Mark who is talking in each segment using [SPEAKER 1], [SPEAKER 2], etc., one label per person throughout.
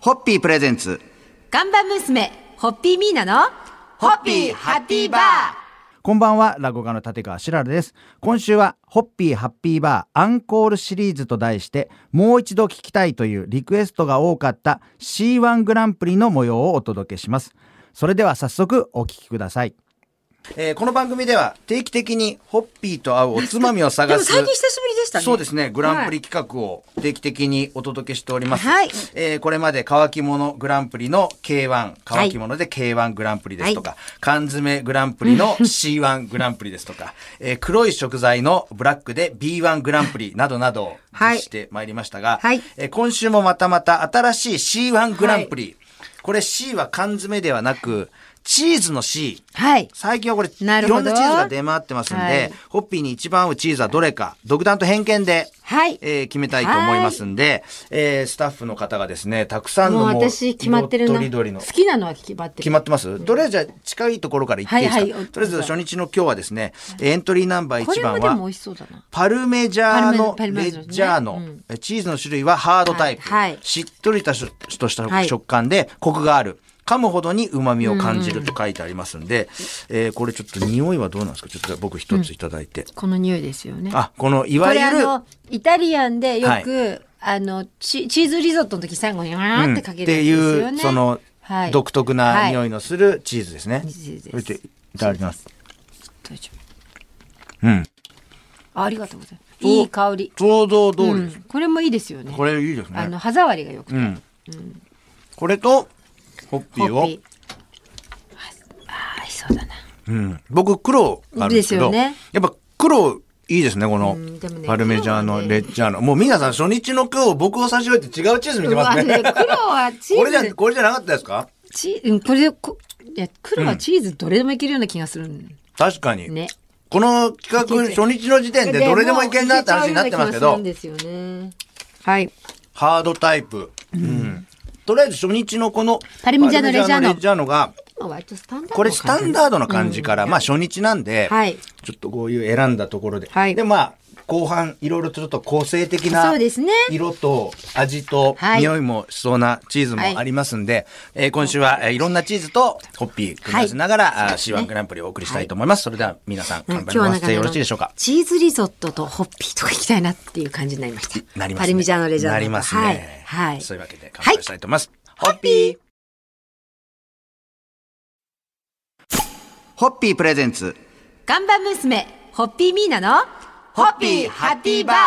[SPEAKER 1] ホッピープレゼンツ。
[SPEAKER 2] ガンバ娘、ホッピーミーナの、
[SPEAKER 1] ホッピーハッピーバー
[SPEAKER 3] こんばんは、落語家の立川しららです。今週は、ホッピーハッピーバーアンコールシリーズと題して、もう一度聞きたいというリクエストが多かった C1 グランプリの模様をお届けします。それでは早速お聞きください。
[SPEAKER 1] えーこの番組では定期的にホッピーと合うおつまみを
[SPEAKER 2] で
[SPEAKER 1] 探
[SPEAKER 2] も
[SPEAKER 1] す。
[SPEAKER 2] 最近久しぶりでしたね。
[SPEAKER 1] そうですね。グランプリ
[SPEAKER 2] はい
[SPEAKER 1] 企画を定期的にお届けしております。
[SPEAKER 2] はい
[SPEAKER 1] えーこれまで乾き物グランプリの K1、乾き物で K1 グランプリですとか、缶詰グランプリ の C1 グランプリですとか、えー黒い食材のブラックで B1 グランプリなどなどを
[SPEAKER 2] はい
[SPEAKER 1] してまいりましたが、
[SPEAKER 2] はい
[SPEAKER 1] えー今週もまたまた新しい C1 グランプリ。これ C は缶詰ではなく、チーズの C。
[SPEAKER 2] はい。
[SPEAKER 1] 最近はこれ、い
[SPEAKER 2] なるほ
[SPEAKER 1] ろ
[SPEAKER 2] ど
[SPEAKER 1] んなチーズが出回ってますんで、
[SPEAKER 2] はい
[SPEAKER 1] ホッピーに一番合うチーズはどれか、独断と偏見で、
[SPEAKER 2] はい
[SPEAKER 1] えー決めたいと思いますんで、えースタッフの方がですね、たくさん
[SPEAKER 2] も
[SPEAKER 1] の
[SPEAKER 2] う
[SPEAKER 1] もう
[SPEAKER 2] 私決まってる
[SPEAKER 1] 色
[SPEAKER 2] な。
[SPEAKER 1] とりどりの
[SPEAKER 2] 好。きなのは決まって
[SPEAKER 1] 決
[SPEAKER 2] る。
[SPEAKER 1] まってますどれじゃあ近いところから行っていいですか、
[SPEAKER 2] はいはい
[SPEAKER 1] とりあえず初日の今日はですね、エントリーナンバー
[SPEAKER 2] こ
[SPEAKER 1] 1
[SPEAKER 2] れも
[SPEAKER 1] 番
[SPEAKER 2] でも美
[SPEAKER 1] は
[SPEAKER 2] 味、しそうだな。
[SPEAKER 1] パルメジャーノ
[SPEAKER 2] パルメ
[SPEAKER 1] レ
[SPEAKER 2] パルメジャーノね
[SPEAKER 1] ジャーノ
[SPEAKER 2] うん。
[SPEAKER 1] えチーズの種類はハードタイプ。
[SPEAKER 2] はいはい
[SPEAKER 1] しっとりとしとした
[SPEAKER 2] はい
[SPEAKER 1] 食感で、コクがある。噛むほどに旨味を感じると書いてありますんで、えーこれちょっと匂いはどうなんですかちょっと僕一ついただいて。
[SPEAKER 2] この匂いですよね。
[SPEAKER 1] あ、このい
[SPEAKER 2] こ
[SPEAKER 1] わ
[SPEAKER 2] れ
[SPEAKER 1] ゆ
[SPEAKER 2] あ
[SPEAKER 1] る、
[SPEAKER 2] の、イタリアンでよ
[SPEAKER 1] はい
[SPEAKER 2] く、あの、チチーズリゾットの時最後にわ
[SPEAKER 1] う
[SPEAKER 2] ー
[SPEAKER 1] ん
[SPEAKER 2] っ
[SPEAKER 1] って
[SPEAKER 2] かけるやつ
[SPEAKER 1] て
[SPEAKER 2] ですよね。
[SPEAKER 1] いう、その
[SPEAKER 2] はい、
[SPEAKER 1] 独特な匂
[SPEAKER 2] はい
[SPEAKER 1] のするチーズですね。
[SPEAKER 2] チーズです
[SPEAKER 1] これちょっといただきます。
[SPEAKER 2] 大丈
[SPEAKER 1] うん。
[SPEAKER 2] 夫あありがとうございます。いい香り。
[SPEAKER 1] 想像通
[SPEAKER 2] う
[SPEAKER 1] りです。
[SPEAKER 2] ん、これもいいですよね。
[SPEAKER 1] これいいです
[SPEAKER 2] あの
[SPEAKER 1] ね。
[SPEAKER 2] 歯触りがよくて、
[SPEAKER 1] うん。これと、ホッピ
[SPEAKER 2] ホ
[SPEAKER 1] ー
[SPEAKER 2] ッ
[SPEAKER 1] を
[SPEAKER 2] ピー。ああ合いそうだな。
[SPEAKER 1] うん、僕黒があるんですけど
[SPEAKER 2] ですよね
[SPEAKER 1] やっぱ黒いいですねこの
[SPEAKER 2] うんでもね
[SPEAKER 1] パルメジャー
[SPEAKER 2] 黒は
[SPEAKER 1] ノ
[SPEAKER 2] ね
[SPEAKER 1] レッジャーノもう皆さん初日の今日僕を差し置いて違うチーズ見てますね
[SPEAKER 2] うわ黒はチーズ
[SPEAKER 1] これじゃこれじゃなかったですか
[SPEAKER 2] チーうんこれでこいや黒はチーズどれでもいけるような気がするん
[SPEAKER 1] 確かに、
[SPEAKER 2] ね。
[SPEAKER 1] この企画初日の時点でどれでもいけんなって話になってますけど
[SPEAKER 2] いけちゃうような気がするんですよね。はい。
[SPEAKER 1] ハードタイプ、うんとりあえず初日のこの
[SPEAKER 2] パルメジャーノレッジャー
[SPEAKER 1] パ
[SPEAKER 2] ノ
[SPEAKER 1] ルメジャーノが
[SPEAKER 2] 今割とスタンダード。
[SPEAKER 1] これスタンダードな感じから、まあ初日なんで、
[SPEAKER 2] はい
[SPEAKER 1] ちょっとこういう選んだところで、
[SPEAKER 2] はい
[SPEAKER 1] でまあ後半いろいろちょっと個性的な
[SPEAKER 2] そうですね
[SPEAKER 1] 色と味と
[SPEAKER 2] はい
[SPEAKER 1] 匂いもしそうなチーズもありますんで、えー今週はえーいろんなチーズとホッピー組み合わせながら、あー C1 グランプリをお送りしたいと思います。それでは皆さん
[SPEAKER 2] うん
[SPEAKER 1] 乾杯のご発声よろしいでしょうか。
[SPEAKER 2] チーズリゾットとホッピーとか行きたいなっていう感じになりました。
[SPEAKER 1] なりますね。
[SPEAKER 2] パルミジャーノレジャーノ
[SPEAKER 1] なりますね。
[SPEAKER 2] はい。はい
[SPEAKER 1] そういうわけで乾杯したいと思います。ホッピーホッピープレゼンツ
[SPEAKER 2] ガンバ娘、ホッピーミーナの、
[SPEAKER 1] ホッピーハッピーバー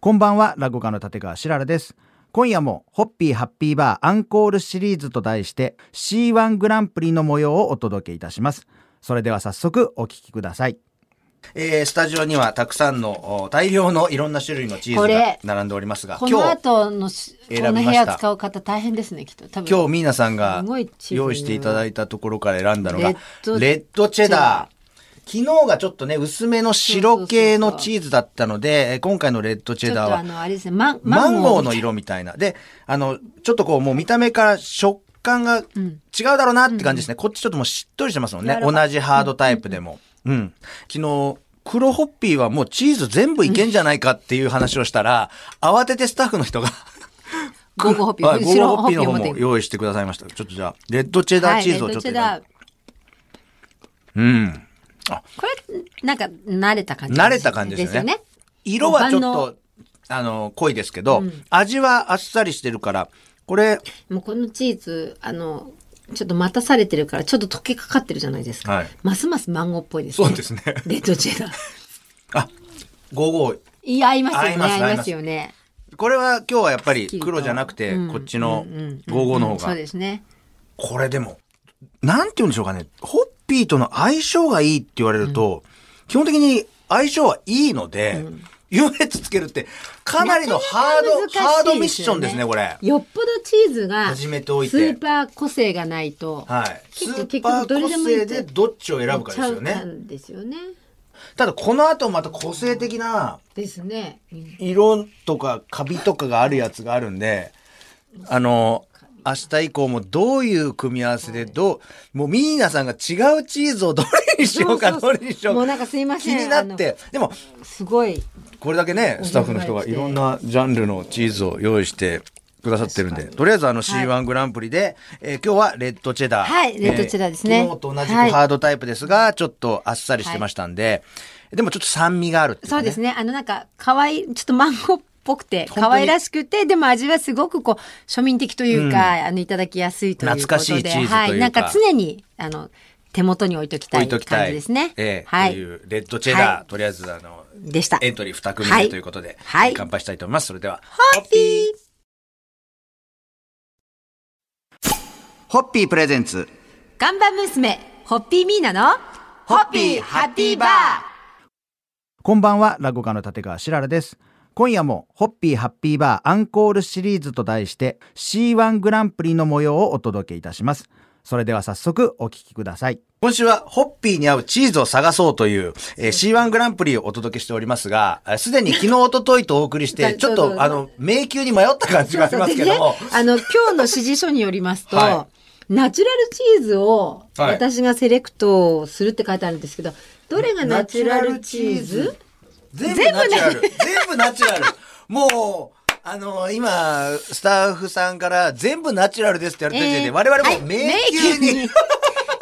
[SPEAKER 3] こんばんは、落語家の立川しららです。今夜も、ホッピーハッピーバーアンコールシリーズと題して、C1 グランプリの模様をお届けいたします。それでは早速お聞きください。
[SPEAKER 1] えースタジオにはたくさんのお大量のいろんな種類のチー
[SPEAKER 2] こ
[SPEAKER 1] ズが
[SPEAKER 2] れ
[SPEAKER 1] 並んでおりますが、
[SPEAKER 2] こ
[SPEAKER 1] 今
[SPEAKER 2] の
[SPEAKER 1] 日、
[SPEAKER 2] 後のし、こ
[SPEAKER 1] 選びました
[SPEAKER 2] の部屋使う方大変ですね、きっと。多分
[SPEAKER 1] 今日ミーナさんが
[SPEAKER 2] すごいチーズの
[SPEAKER 1] 用意していただいたところから選んだのが、
[SPEAKER 2] レ
[SPEAKER 1] レ
[SPEAKER 2] ッド
[SPEAKER 1] ッドチェダー。昨日がちょっとね、薄めの白系のチーズだったので、えー今回のレッドチ
[SPEAKER 2] ちょ
[SPEAKER 1] ェ
[SPEAKER 2] っ
[SPEAKER 1] ダー
[SPEAKER 2] とあ
[SPEAKER 1] は、
[SPEAKER 2] の、あれですね、マン
[SPEAKER 1] マンゴー
[SPEAKER 2] みたいな
[SPEAKER 1] の色みたいな。で、あの、ちょっとこう、もう見た目から食感が違うだろうなって感じですね。こっちちょっともうしっとりしてますもんね
[SPEAKER 2] 柔。ら
[SPEAKER 1] 同
[SPEAKER 2] か
[SPEAKER 1] じハードタイプでも。うん。昨日、黒ホッピーはもうチーズ全部いけんじゃないかっていう話をしたら、慌ててスタッフの人が、
[SPEAKER 2] ゴーゴーホッピー。
[SPEAKER 1] はい、ゴーゴーホッピーの方
[SPEAKER 2] 白持って
[SPEAKER 1] も
[SPEAKER 2] る
[SPEAKER 1] 用意してくださいました。ちょっとじゃあ、レッドチェダーチーズをちょっと。
[SPEAKER 2] はいレッドチェ
[SPEAKER 1] う
[SPEAKER 2] ダー
[SPEAKER 1] ん。
[SPEAKER 2] これ、なんか、慣れた感じ。
[SPEAKER 1] 慣れた感じですよね。色はちょっ
[SPEAKER 2] 万能
[SPEAKER 1] と、あの、濃いですけど、味はあっさりしてるから、これ、
[SPEAKER 2] もうこのチーズ、あの、ちょっと待たされてるから、ちょっと溶けかかってるじゃないですか。
[SPEAKER 1] はい
[SPEAKER 2] ますますマンゴーっぽいですね。
[SPEAKER 1] そうですね
[SPEAKER 2] レッドチェダー。
[SPEAKER 1] あ、ゴーゴー
[SPEAKER 2] いや、合います よ
[SPEAKER 1] 合い
[SPEAKER 2] ね。
[SPEAKER 1] ます
[SPEAKER 2] 合いますよね。
[SPEAKER 1] これは今日はやっぱり
[SPEAKER 2] きりと
[SPEAKER 1] 黒じゃなくて、
[SPEAKER 2] うん
[SPEAKER 1] こっちの
[SPEAKER 2] うんうん
[SPEAKER 1] 55の方
[SPEAKER 2] そう
[SPEAKER 1] が。
[SPEAKER 2] ですね。
[SPEAKER 1] これでも、なんて言うんでしょうかね。ホッピーとの相性がいいって言われると、基本的に相性はいいので、優劣つけるって、かなりのハード、
[SPEAKER 2] なかなか
[SPEAKER 1] ハー
[SPEAKER 2] 難しいですよね
[SPEAKER 1] ドミッションですね、これ。
[SPEAKER 2] よっぽどチーズが、
[SPEAKER 1] 始めておいて
[SPEAKER 2] スーパー個性がないと、
[SPEAKER 1] はい。ス
[SPEAKER 2] 結構
[SPEAKER 1] ーパー個性でどっちを選ぶかですよ
[SPEAKER 2] ちゃう
[SPEAKER 1] ね
[SPEAKER 2] ん。ですよね。
[SPEAKER 1] ただこの後また個性的な
[SPEAKER 2] ですね。うん
[SPEAKER 1] 色とかカビとかがあるやつがあるんで、あの、明日以降もどういう組み合わせでどう、もうミーナさんが違うチーズをどれにしようか
[SPEAKER 2] そうそうそう
[SPEAKER 1] どれにしようか。
[SPEAKER 2] もうなんかすいません
[SPEAKER 1] 気になって。でも、
[SPEAKER 2] すごい。
[SPEAKER 1] これだけね、スタッフの人がいろんなジャンルのチーズを用意して、くださってるんで、とりあえずあの C1 グランプリで、えー今日はレッドチェダー。
[SPEAKER 2] はいレッドチェダーですね
[SPEAKER 1] え昨日と同じく
[SPEAKER 2] はい
[SPEAKER 1] ハードタイプですが、ちょっとあっさりしてましたんで、でもちょっと酸味があるっていうか
[SPEAKER 2] そうですね。あのなんか、可愛いちょっとマンゴーっぽくて、
[SPEAKER 1] 本当に
[SPEAKER 2] 可愛らしくて、でも味はすごくこう、庶民的というか、あの、いただきやすいということで。
[SPEAKER 1] 懐かしいチーズというか
[SPEAKER 2] はい。なんか常に、あの、手元に置いときた
[SPEAKER 1] 置
[SPEAKER 2] い
[SPEAKER 1] いと
[SPEAKER 2] 感
[SPEAKER 1] きたい
[SPEAKER 2] じですね。
[SPEAKER 1] ええ
[SPEAKER 2] は
[SPEAKER 1] とい
[SPEAKER 2] い。
[SPEAKER 1] うレッドチェダー、
[SPEAKER 2] はい
[SPEAKER 1] とりあえずあの
[SPEAKER 2] でした。
[SPEAKER 1] エントリー2組
[SPEAKER 2] は
[SPEAKER 1] 目
[SPEAKER 2] い
[SPEAKER 1] ということで、
[SPEAKER 2] はい
[SPEAKER 1] 乾杯したいと思いますそれでは
[SPEAKER 2] ホッピー
[SPEAKER 3] ホッピープレゼンツ
[SPEAKER 2] 看板娘、ホッピーミーナの、
[SPEAKER 3] ホッピーハッピーバーこんばんは、落語家の立川しららです。今夜も、ホッピーハッピーバーアンコールシリーズと題して、C1 グランプリの模様をお届けいたします。それでは早速、お聞きください。
[SPEAKER 1] 今週はホッピーに合うチーズを探そうという、えー、C1 グランプリをお届けしておりますが、えーすでに昨日、一昨日とお送り し
[SPEAKER 2] だ
[SPEAKER 1] て、ちょっ
[SPEAKER 2] そうそう
[SPEAKER 1] とあの、迷宮に迷った感じがありますけども
[SPEAKER 2] そうそうで、ねあの、今日の指示書によりますと、
[SPEAKER 1] は
[SPEAKER 2] ナチュラルチーズを
[SPEAKER 1] はい
[SPEAKER 2] 私がセレクトするって書いてあるんですけど、どれがナチュラルチーズ
[SPEAKER 1] 全部ナチュラル。全部ナチュラル。もう、あの、今、スタッフさんから全部ナチュラルですって言われた時点で、
[SPEAKER 2] えー
[SPEAKER 1] 我々
[SPEAKER 2] は
[SPEAKER 1] も
[SPEAKER 2] い
[SPEAKER 1] 迷宮
[SPEAKER 2] 迷
[SPEAKER 1] に。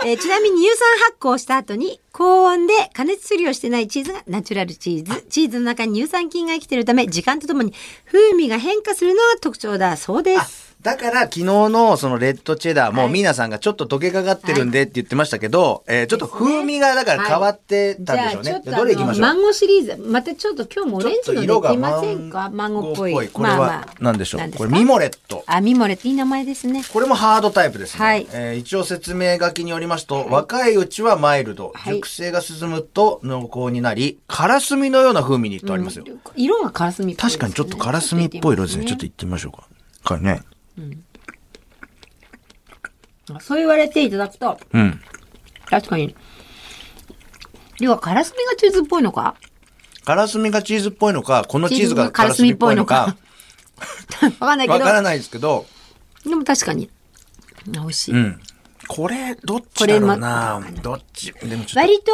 [SPEAKER 2] えーちなみに乳酸発酵した後に高温で加熱処理をしてないチーズがナチュラルチーズ。チーズの中に乳酸菌が生きているため、時間とともに風味が変化するのが特徴だそうです。
[SPEAKER 1] だから昨日のそのレッドチェダーも
[SPEAKER 2] はい
[SPEAKER 1] ミーナさんがちょっと溶けかかってるんでって言ってましたけど、えーちょっと風味がだから変わってたんでしょうね。
[SPEAKER 2] じゃあちょっと
[SPEAKER 1] どれいきましょう
[SPEAKER 2] マンゴーシリーズ、またちょっと今日もオ
[SPEAKER 1] ちょ
[SPEAKER 2] レン
[SPEAKER 1] っ
[SPEAKER 2] ジ
[SPEAKER 1] と
[SPEAKER 2] ので
[SPEAKER 1] 色
[SPEAKER 2] 行っ
[SPEAKER 1] が
[SPEAKER 2] てみませんかマンゴーっぽい。
[SPEAKER 1] これ
[SPEAKER 2] まあ
[SPEAKER 1] は
[SPEAKER 2] まあ
[SPEAKER 1] 何でしょう、
[SPEAKER 2] 何です
[SPEAKER 1] こ
[SPEAKER 2] か
[SPEAKER 1] れミモレット。
[SPEAKER 2] あ、ミモレっていい名前ですね。
[SPEAKER 1] これもハードタイプですね、
[SPEAKER 2] はい
[SPEAKER 1] えー一応説明書きによりますと、若いうちはマイルド、
[SPEAKER 2] はい
[SPEAKER 1] 熟成が進むと濃厚になり、カラスミのような風味にとありますよ。
[SPEAKER 2] 色がカラスミっぽいで
[SPEAKER 1] 確
[SPEAKER 2] すね、
[SPEAKER 1] かにちょっとカラスミっぽい色ですね。ちょっと言ってみましょうか。これね。
[SPEAKER 2] と。そう言われていただくと、
[SPEAKER 1] うん。
[SPEAKER 2] 確かに。要はカラスミがチーズっぽいのか
[SPEAKER 1] カラスミがチーズっぽいのか、このチーズが
[SPEAKER 2] チーズがカ
[SPEAKER 1] カ
[SPEAKER 2] ラ
[SPEAKER 1] ラ
[SPEAKER 2] ス
[SPEAKER 1] ス
[SPEAKER 2] ミ
[SPEAKER 1] ミ
[SPEAKER 2] っ
[SPEAKER 1] っ
[SPEAKER 2] ぽ
[SPEAKER 1] ぽ
[SPEAKER 2] い
[SPEAKER 1] い
[SPEAKER 2] の
[SPEAKER 1] の
[SPEAKER 2] か
[SPEAKER 1] か、
[SPEAKER 2] わかんないけ
[SPEAKER 1] わ
[SPEAKER 2] ど、
[SPEAKER 1] からないですけど、
[SPEAKER 2] でも確かに。美味しい。
[SPEAKER 1] うん。これ、どっちだろうな
[SPEAKER 2] これま
[SPEAKER 1] どっち、でもちょっ
[SPEAKER 2] 割と、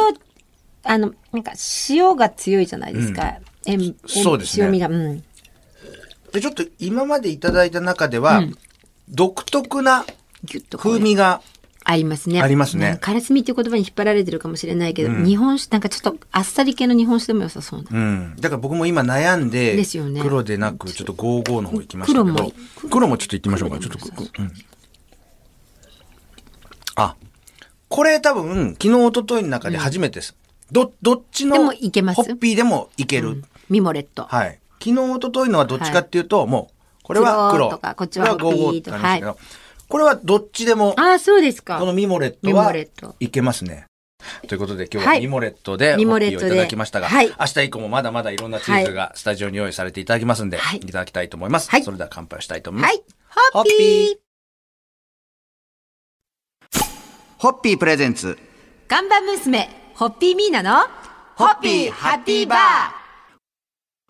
[SPEAKER 2] あの、なんか塩が強いじゃないですか。塩塩
[SPEAKER 1] そうですね
[SPEAKER 2] 塩味が。うん。
[SPEAKER 1] と、でちょっと今までいただいた中では、独特な
[SPEAKER 2] ギュッとこう
[SPEAKER 1] 風味が、
[SPEAKER 2] ありますね。
[SPEAKER 1] ありますね
[SPEAKER 2] うんカラスミっていう言葉に引っ張られてるかもしれないけど、日本酒、なんかちょっとあっさり系の日本酒でも良さそうな。
[SPEAKER 1] うん。だから僕も今悩んで、
[SPEAKER 2] ですよね
[SPEAKER 1] 黒でなく、ちょっと55の方行きましたけど、
[SPEAKER 2] 黒も
[SPEAKER 1] 黒もちょっと行ってみましょうか。ちょっと、こうん。あ、これ多分、昨日、一昨日の中で初めてです。ど、どっちの、
[SPEAKER 2] でもいけます
[SPEAKER 1] ホッピーでもいける。
[SPEAKER 2] ミモレット。
[SPEAKER 1] はい。昨日、一昨日のはどっちかっていうと、もう、これは黒。
[SPEAKER 2] 黒とかこっち
[SPEAKER 1] こ
[SPEAKER 2] は
[SPEAKER 1] れ
[SPEAKER 2] ホッピ
[SPEAKER 1] 55
[SPEAKER 2] ーと
[SPEAKER 1] と
[SPEAKER 2] か
[SPEAKER 1] かですけど、これはどっちでも、
[SPEAKER 2] ああ、そうですか。
[SPEAKER 1] このミモレット
[SPEAKER 2] ミモ
[SPEAKER 1] は
[SPEAKER 2] レット
[SPEAKER 1] いけますね。ということで今日
[SPEAKER 2] は
[SPEAKER 1] はいミモレットで
[SPEAKER 2] ミ
[SPEAKER 1] ミ
[SPEAKER 2] モ
[SPEAKER 1] モ
[SPEAKER 2] レ
[SPEAKER 1] レ
[SPEAKER 2] ッ
[SPEAKER 1] ッ
[SPEAKER 2] ト
[SPEAKER 1] ト
[SPEAKER 2] で
[SPEAKER 1] をいただきましたが、
[SPEAKER 2] はい
[SPEAKER 1] 明日以降もまだまだいろんなチーズがスタジオに用意されていただきますんで、
[SPEAKER 2] はい
[SPEAKER 1] い、ただきたいと思います、
[SPEAKER 2] はい
[SPEAKER 1] それでは乾杯したいと思いま
[SPEAKER 2] は
[SPEAKER 1] す。
[SPEAKER 2] い。ホッピ
[SPEAKER 1] ホッピ
[SPEAKER 2] ー。
[SPEAKER 3] ホッピープレゼンツ
[SPEAKER 2] 看板娘、ホッピーミーナの、ホッピーハッピーバー。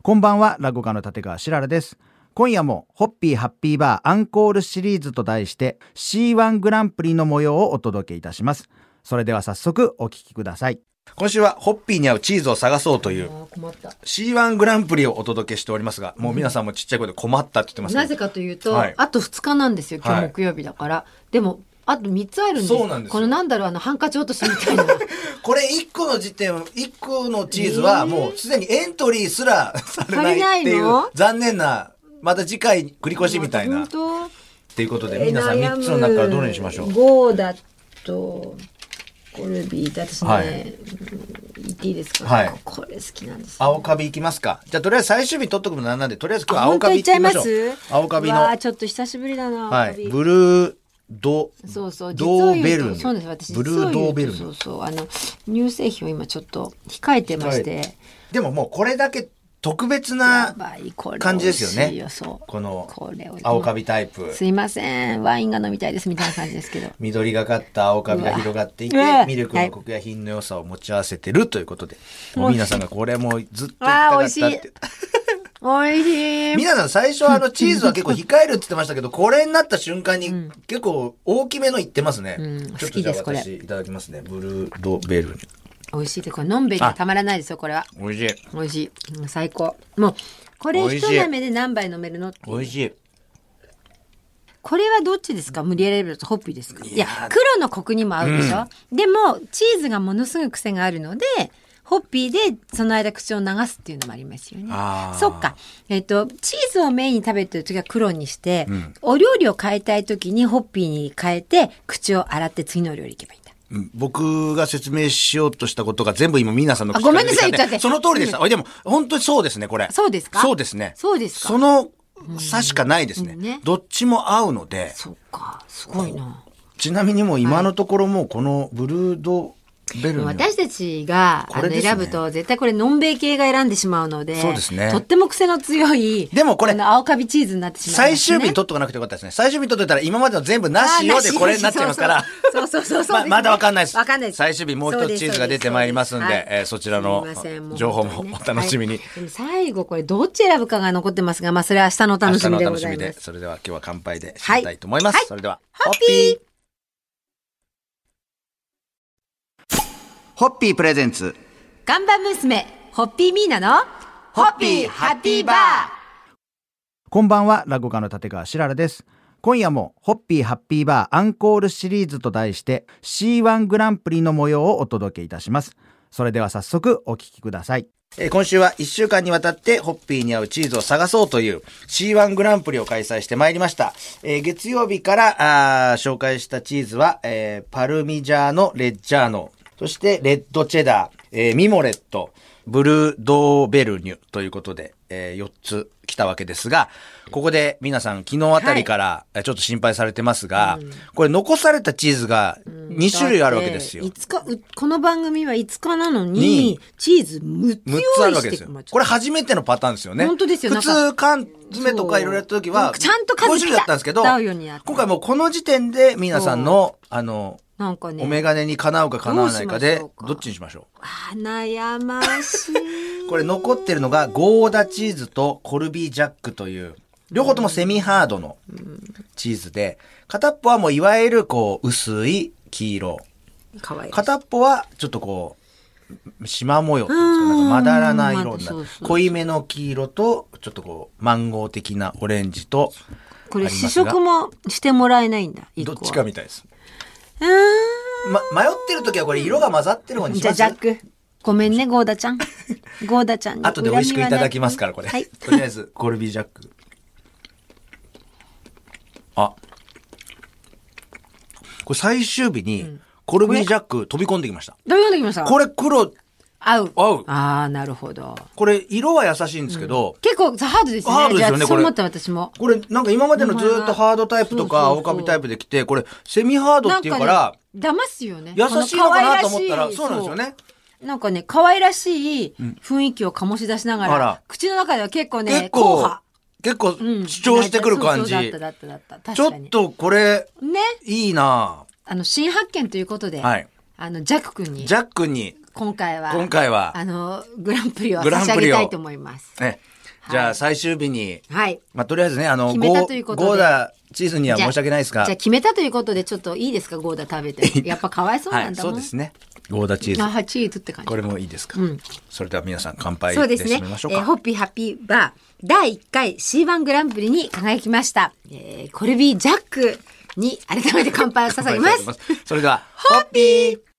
[SPEAKER 3] こんばんは、落語家の立川しららです。今夜も、ホッピーハッピーバーアンコールシリーズと題して、C1 グランプリの模様をお届けいたします。それでは早速、お聞きください。
[SPEAKER 1] 今週はホッピーに合うチーズを探そうという
[SPEAKER 2] ああ、困った。
[SPEAKER 1] C1 グランプリをお届けしておりますが、もう皆さんもちっちゃい声で困ったって言ってます
[SPEAKER 2] な
[SPEAKER 1] け
[SPEAKER 2] ぜ
[SPEAKER 1] ど、
[SPEAKER 2] かというと、
[SPEAKER 1] はい
[SPEAKER 2] あと2日なんですよ、今
[SPEAKER 1] は
[SPEAKER 2] 日
[SPEAKER 1] い
[SPEAKER 2] 木曜日だから。でも、あと3つあるんです
[SPEAKER 1] そうなんですよ
[SPEAKER 2] このなんだろう、あの、ハンカチ落としみたい な。
[SPEAKER 1] これ1個の時点、1個のチーズはもうすでにエントリーすらされないって
[SPEAKER 2] されない
[SPEAKER 1] い
[SPEAKER 2] の
[SPEAKER 1] う残念な、また次回繰り越しみたいな。
[SPEAKER 2] 本
[SPEAKER 1] っていうこと
[SPEAKER 2] 当
[SPEAKER 1] で、皆さん3つの中からどれにしましょう
[SPEAKER 2] 5だと、コルビーだとね、
[SPEAKER 1] はい
[SPEAKER 2] うん言っていいですか、
[SPEAKER 1] はい
[SPEAKER 2] ここれ好きなんですよ、
[SPEAKER 1] 青カビいきますか。じゃあ、とりあえず最終日取っとくのなんなんで、とりあえず今日は青
[SPEAKER 2] 本当
[SPEAKER 1] カビ
[SPEAKER 2] 言
[SPEAKER 1] い
[SPEAKER 2] っちゃ
[SPEAKER 1] き
[SPEAKER 2] い
[SPEAKER 1] ま
[SPEAKER 2] ま
[SPEAKER 1] しょう。
[SPEAKER 2] す
[SPEAKER 1] 青カビ
[SPEAKER 2] う
[SPEAKER 1] の
[SPEAKER 2] わー、ちょっと久しぶりだな、
[SPEAKER 1] は
[SPEAKER 2] 青カ
[SPEAKER 1] い、
[SPEAKER 2] ビ
[SPEAKER 1] ブルード、
[SPEAKER 2] そうそう、実
[SPEAKER 1] ド
[SPEAKER 2] を
[SPEAKER 1] ー
[SPEAKER 2] 言うと
[SPEAKER 1] ベル
[SPEAKER 2] そうです、私、
[SPEAKER 1] ブルードーベル
[SPEAKER 2] 実を言う
[SPEAKER 1] ヌ。
[SPEAKER 2] とそうそう、あの、乳製品を今ちょっと控えてまして、
[SPEAKER 1] でももうこれだけ特別
[SPEAKER 2] や
[SPEAKER 1] な、
[SPEAKER 2] ばい、これ。
[SPEAKER 1] 感じですよね
[SPEAKER 2] 美味しいそう。
[SPEAKER 1] この
[SPEAKER 2] これを
[SPEAKER 1] 青カビタイプ。
[SPEAKER 2] すいません、ワインが飲みたいですみたいな感じです けど。
[SPEAKER 1] 緑がかった青カビが広がっていう
[SPEAKER 2] わ
[SPEAKER 1] て、ミルクのコクや品の良さを持ち合わせてるということで、もう皆さんがこれもうずっと言いた
[SPEAKER 2] わあ
[SPEAKER 1] か
[SPEAKER 2] 美
[SPEAKER 1] っ
[SPEAKER 2] 味した
[SPEAKER 1] って
[SPEAKER 2] い。美味しい。
[SPEAKER 1] 皆さん最初はあのチーズは結構控えるって言ってましたけ ど、これになった瞬間に結構大きめのいってますね。
[SPEAKER 2] ん
[SPEAKER 1] ちょっとじゃあ
[SPEAKER 2] 好きですこ
[SPEAKER 1] 私いただきますね。ブルードベル。
[SPEAKER 2] 美味しいって、これ飲んべりがたまらないですよ、これは。
[SPEAKER 1] 美味しい。
[SPEAKER 2] 美味しい。うん最高。もう、これ
[SPEAKER 1] 美味
[SPEAKER 2] 一
[SPEAKER 1] しい
[SPEAKER 2] 舐めで何杯飲めるのっていう
[SPEAKER 1] 美味しい。
[SPEAKER 2] これはどっちですか無理やり選ぶとホッピーですかいや黒のコクにも合うでしょ、でもチーズがものすごい癖があるのでホッピーでその間口を流すっていうのもありますよね。
[SPEAKER 1] あー
[SPEAKER 2] そっか。えっ、と、チーズをメインに食べてる時は黒にして、お料理を変えたい時にホッピーに変えて、口を洗って次のお料理行けばいいんだ。
[SPEAKER 1] うん僕が説明しようとしたことが全部今、ミーナさんの
[SPEAKER 2] あごめんなさい
[SPEAKER 1] 聞かれてきた
[SPEAKER 2] 言っちゃって
[SPEAKER 1] その通りでした。おいでも、本当にそうですね、これ。
[SPEAKER 2] そうですか
[SPEAKER 1] そうですね。
[SPEAKER 2] そうですか
[SPEAKER 1] その差しかないですね。
[SPEAKER 2] うんね
[SPEAKER 1] どっちも合うので、
[SPEAKER 2] そっか。すごいな。
[SPEAKER 1] ちなみにもう今のところもうこのブルードベルには
[SPEAKER 2] 私たちが、
[SPEAKER 1] こ
[SPEAKER 2] あ
[SPEAKER 1] れ
[SPEAKER 2] の
[SPEAKER 1] ですね
[SPEAKER 2] 選ぶと絶対これのんべい系が選んでしまうので
[SPEAKER 1] そうですね
[SPEAKER 2] とっても癖の強い
[SPEAKER 1] でもこれ
[SPEAKER 2] あの青カビチーズになってしまいま
[SPEAKER 1] 最
[SPEAKER 2] すね
[SPEAKER 1] 終日に取っとかなくてよかったですね。最終日に取ってたら今までの全部なしよ
[SPEAKER 2] あ
[SPEAKER 1] で
[SPEAKER 2] なし
[SPEAKER 1] これになっちゃいますから。
[SPEAKER 2] そうそうそうそうそう
[SPEAKER 1] ま
[SPEAKER 2] そうですね
[SPEAKER 1] まだわかんないです。
[SPEAKER 2] わかんないです
[SPEAKER 1] 最終日もう一つチーズが出てまいりますんで、
[SPEAKER 2] そうですそうです
[SPEAKER 1] えーそちらの
[SPEAKER 2] すいませんもう
[SPEAKER 1] 情報
[SPEAKER 2] 本当
[SPEAKER 1] も
[SPEAKER 2] にね
[SPEAKER 1] お楽しみに
[SPEAKER 2] は。いでも最後これどっち選ぶかが残ってますが、まあそれは明日のお楽しみでござい
[SPEAKER 1] 明日のお楽しみ
[SPEAKER 2] ま。
[SPEAKER 1] ですそれでは今日は乾杯で締めたいと思います。
[SPEAKER 2] はいはい
[SPEAKER 1] それでは、
[SPEAKER 2] ハッピー
[SPEAKER 3] ホッピープレゼンツ
[SPEAKER 2] ガンバ娘、ホッピーミーナの、
[SPEAKER 3] ホッピーハッピーバーこんばんは、落語家の立川しららです。今夜も、ホッピーハッピーバーアンコールシリーズと題して、C1 グランプリの模様をお届けいたします。それでは早速、お聞きください。
[SPEAKER 1] えー今週は1週間にわたってホッピーに合うチーズを探そうという C1 グランプリを開催してまいりました。えー月曜日からあー紹介したチーズは、えーパルミジャーノ・レッジャーノ、そしてレッドチェダー、えーミモレット、ブルードーベルニュということで、え4つ来たわけですが、ここで皆さん昨日あたりからえーちょっと心配されてますが、これ残されたチーズが2種類あるわけですよ。
[SPEAKER 2] だって五日うこの番組は5日なの
[SPEAKER 1] に
[SPEAKER 2] に、チーズ6つ
[SPEAKER 1] 6つ
[SPEAKER 2] 用
[SPEAKER 1] あ
[SPEAKER 2] 意
[SPEAKER 1] るわ
[SPEAKER 2] し
[SPEAKER 1] け
[SPEAKER 2] て
[SPEAKER 1] ですよ
[SPEAKER 2] まあ。ちょ
[SPEAKER 1] こ
[SPEAKER 2] っ
[SPEAKER 1] れ初めてのパターンですよね。
[SPEAKER 2] 本当ですよ
[SPEAKER 1] 普
[SPEAKER 2] な
[SPEAKER 1] 通缶詰とかいろいろやった時は、
[SPEAKER 2] そうちゃんと数
[SPEAKER 1] 5種類だったんですけど、
[SPEAKER 2] ピタッと合うようにやって
[SPEAKER 1] 今回もうこの時点で皆さんの、あの、
[SPEAKER 2] となんかね。
[SPEAKER 1] お眼鏡にかなうかかなわないかで
[SPEAKER 2] どうしましょう、か
[SPEAKER 1] どっちにしましょう
[SPEAKER 2] あ悩ましい。
[SPEAKER 1] これ残ってるのがゴーダチーズとコルビージャックという、両方ともセミハードのチーズで、片っぽはもういわゆるこう薄い黄色。
[SPEAKER 2] かわいい。
[SPEAKER 1] 片っぽはちょっとこう縞模様っていうんですかなんかまだらな色にな
[SPEAKER 2] う
[SPEAKER 1] る
[SPEAKER 2] ん
[SPEAKER 1] 濃いめの黄色とちょっとこうマンゴー的なオレンジと
[SPEAKER 2] こ
[SPEAKER 1] あ
[SPEAKER 2] れ
[SPEAKER 1] りますが
[SPEAKER 2] 試食もしてもらえないんだ。一個
[SPEAKER 1] どっ
[SPEAKER 2] は
[SPEAKER 1] ちかみたいです、
[SPEAKER 2] うーん
[SPEAKER 1] ま、迷ってる時はこれ色が混ざってる方にし
[SPEAKER 2] じゃ
[SPEAKER 1] ま
[SPEAKER 2] あ、
[SPEAKER 1] す
[SPEAKER 2] ジャック。ごめんね、ゴーダちゃん。ゴーダちゃんに
[SPEAKER 1] 後で美味しくいただきますからこれ、
[SPEAKER 2] はい。
[SPEAKER 1] とりあえずコルビージャックあこれ最終日にコルビージャック飛び込んできました
[SPEAKER 2] どういうのできました
[SPEAKER 1] これ黒
[SPEAKER 2] 合う。
[SPEAKER 1] 合う
[SPEAKER 2] ああ、なるほど。
[SPEAKER 1] これ色は優しいんですけど、
[SPEAKER 2] 結構ハードですね。
[SPEAKER 1] ハードですよね
[SPEAKER 2] じゃ
[SPEAKER 1] こ
[SPEAKER 2] あそう
[SPEAKER 1] れ
[SPEAKER 2] 思った私も。
[SPEAKER 1] これなんか今までのずーっとハードタイプとか
[SPEAKER 2] そうそ
[SPEAKER 1] 青
[SPEAKER 2] うそう
[SPEAKER 1] カビタイプで来てこれセミハードっていうから
[SPEAKER 2] なんかね、騙すよね。
[SPEAKER 1] 優しいのかなと思った
[SPEAKER 2] こ
[SPEAKER 1] ら
[SPEAKER 2] の
[SPEAKER 1] そうなんですよ。
[SPEAKER 2] 可愛らし
[SPEAKER 1] ね
[SPEAKER 2] いなんかね、可愛らしい雰囲気を醸し出しなが
[SPEAKER 1] あ
[SPEAKER 2] ら、
[SPEAKER 1] ら
[SPEAKER 2] 口の中では結構ね、
[SPEAKER 1] 結
[SPEAKER 2] 硬
[SPEAKER 1] 構
[SPEAKER 2] 派
[SPEAKER 1] 結構
[SPEAKER 2] うん
[SPEAKER 1] 主張してくる感じ
[SPEAKER 2] そうそうだっただっただった。
[SPEAKER 1] ちょ
[SPEAKER 2] 確か
[SPEAKER 1] っ
[SPEAKER 2] に。
[SPEAKER 1] とこれ
[SPEAKER 2] ね。
[SPEAKER 1] いいな
[SPEAKER 2] あの、新発見ということで、
[SPEAKER 1] はい
[SPEAKER 2] あの、ジャック君に
[SPEAKER 1] ジ、ャックに
[SPEAKER 2] 今回は、
[SPEAKER 1] 今回は
[SPEAKER 2] あの、グランプリを
[SPEAKER 1] グラ
[SPEAKER 2] 差
[SPEAKER 1] ン
[SPEAKER 2] し上
[SPEAKER 1] プリ
[SPEAKER 2] げ
[SPEAKER 1] を
[SPEAKER 2] たいと思います。
[SPEAKER 1] ねじゃあ最終日に
[SPEAKER 2] はい。
[SPEAKER 1] まあとりあえずねあの
[SPEAKER 2] 決めた
[SPEAKER 1] ゴ
[SPEAKER 2] とい
[SPEAKER 1] ー
[SPEAKER 2] うことで
[SPEAKER 1] ゴーダチーズには
[SPEAKER 2] じゃあ
[SPEAKER 1] 申し訳ないですが
[SPEAKER 2] じゃあ決めたということで、ちょっといいですか、ゴーダ食べて。やっぱかわいそう
[SPEAKER 1] は
[SPEAKER 2] なん
[SPEAKER 1] い
[SPEAKER 2] だ
[SPEAKER 1] そ
[SPEAKER 2] もん。
[SPEAKER 1] うですねゴーダチー
[SPEAKER 2] あ
[SPEAKER 1] ズ
[SPEAKER 2] はチーズって感じ。
[SPEAKER 1] これもいいですかそれでは皆さん乾杯で
[SPEAKER 2] そうですね。え
[SPEAKER 1] 締めましょう
[SPEAKER 2] ー、
[SPEAKER 1] か
[SPEAKER 2] ホッピーハッピーバー第1回 C1 グランプリに輝きました。えー、コルビージャックに改めて乾杯を捧げます。
[SPEAKER 1] それではホッピー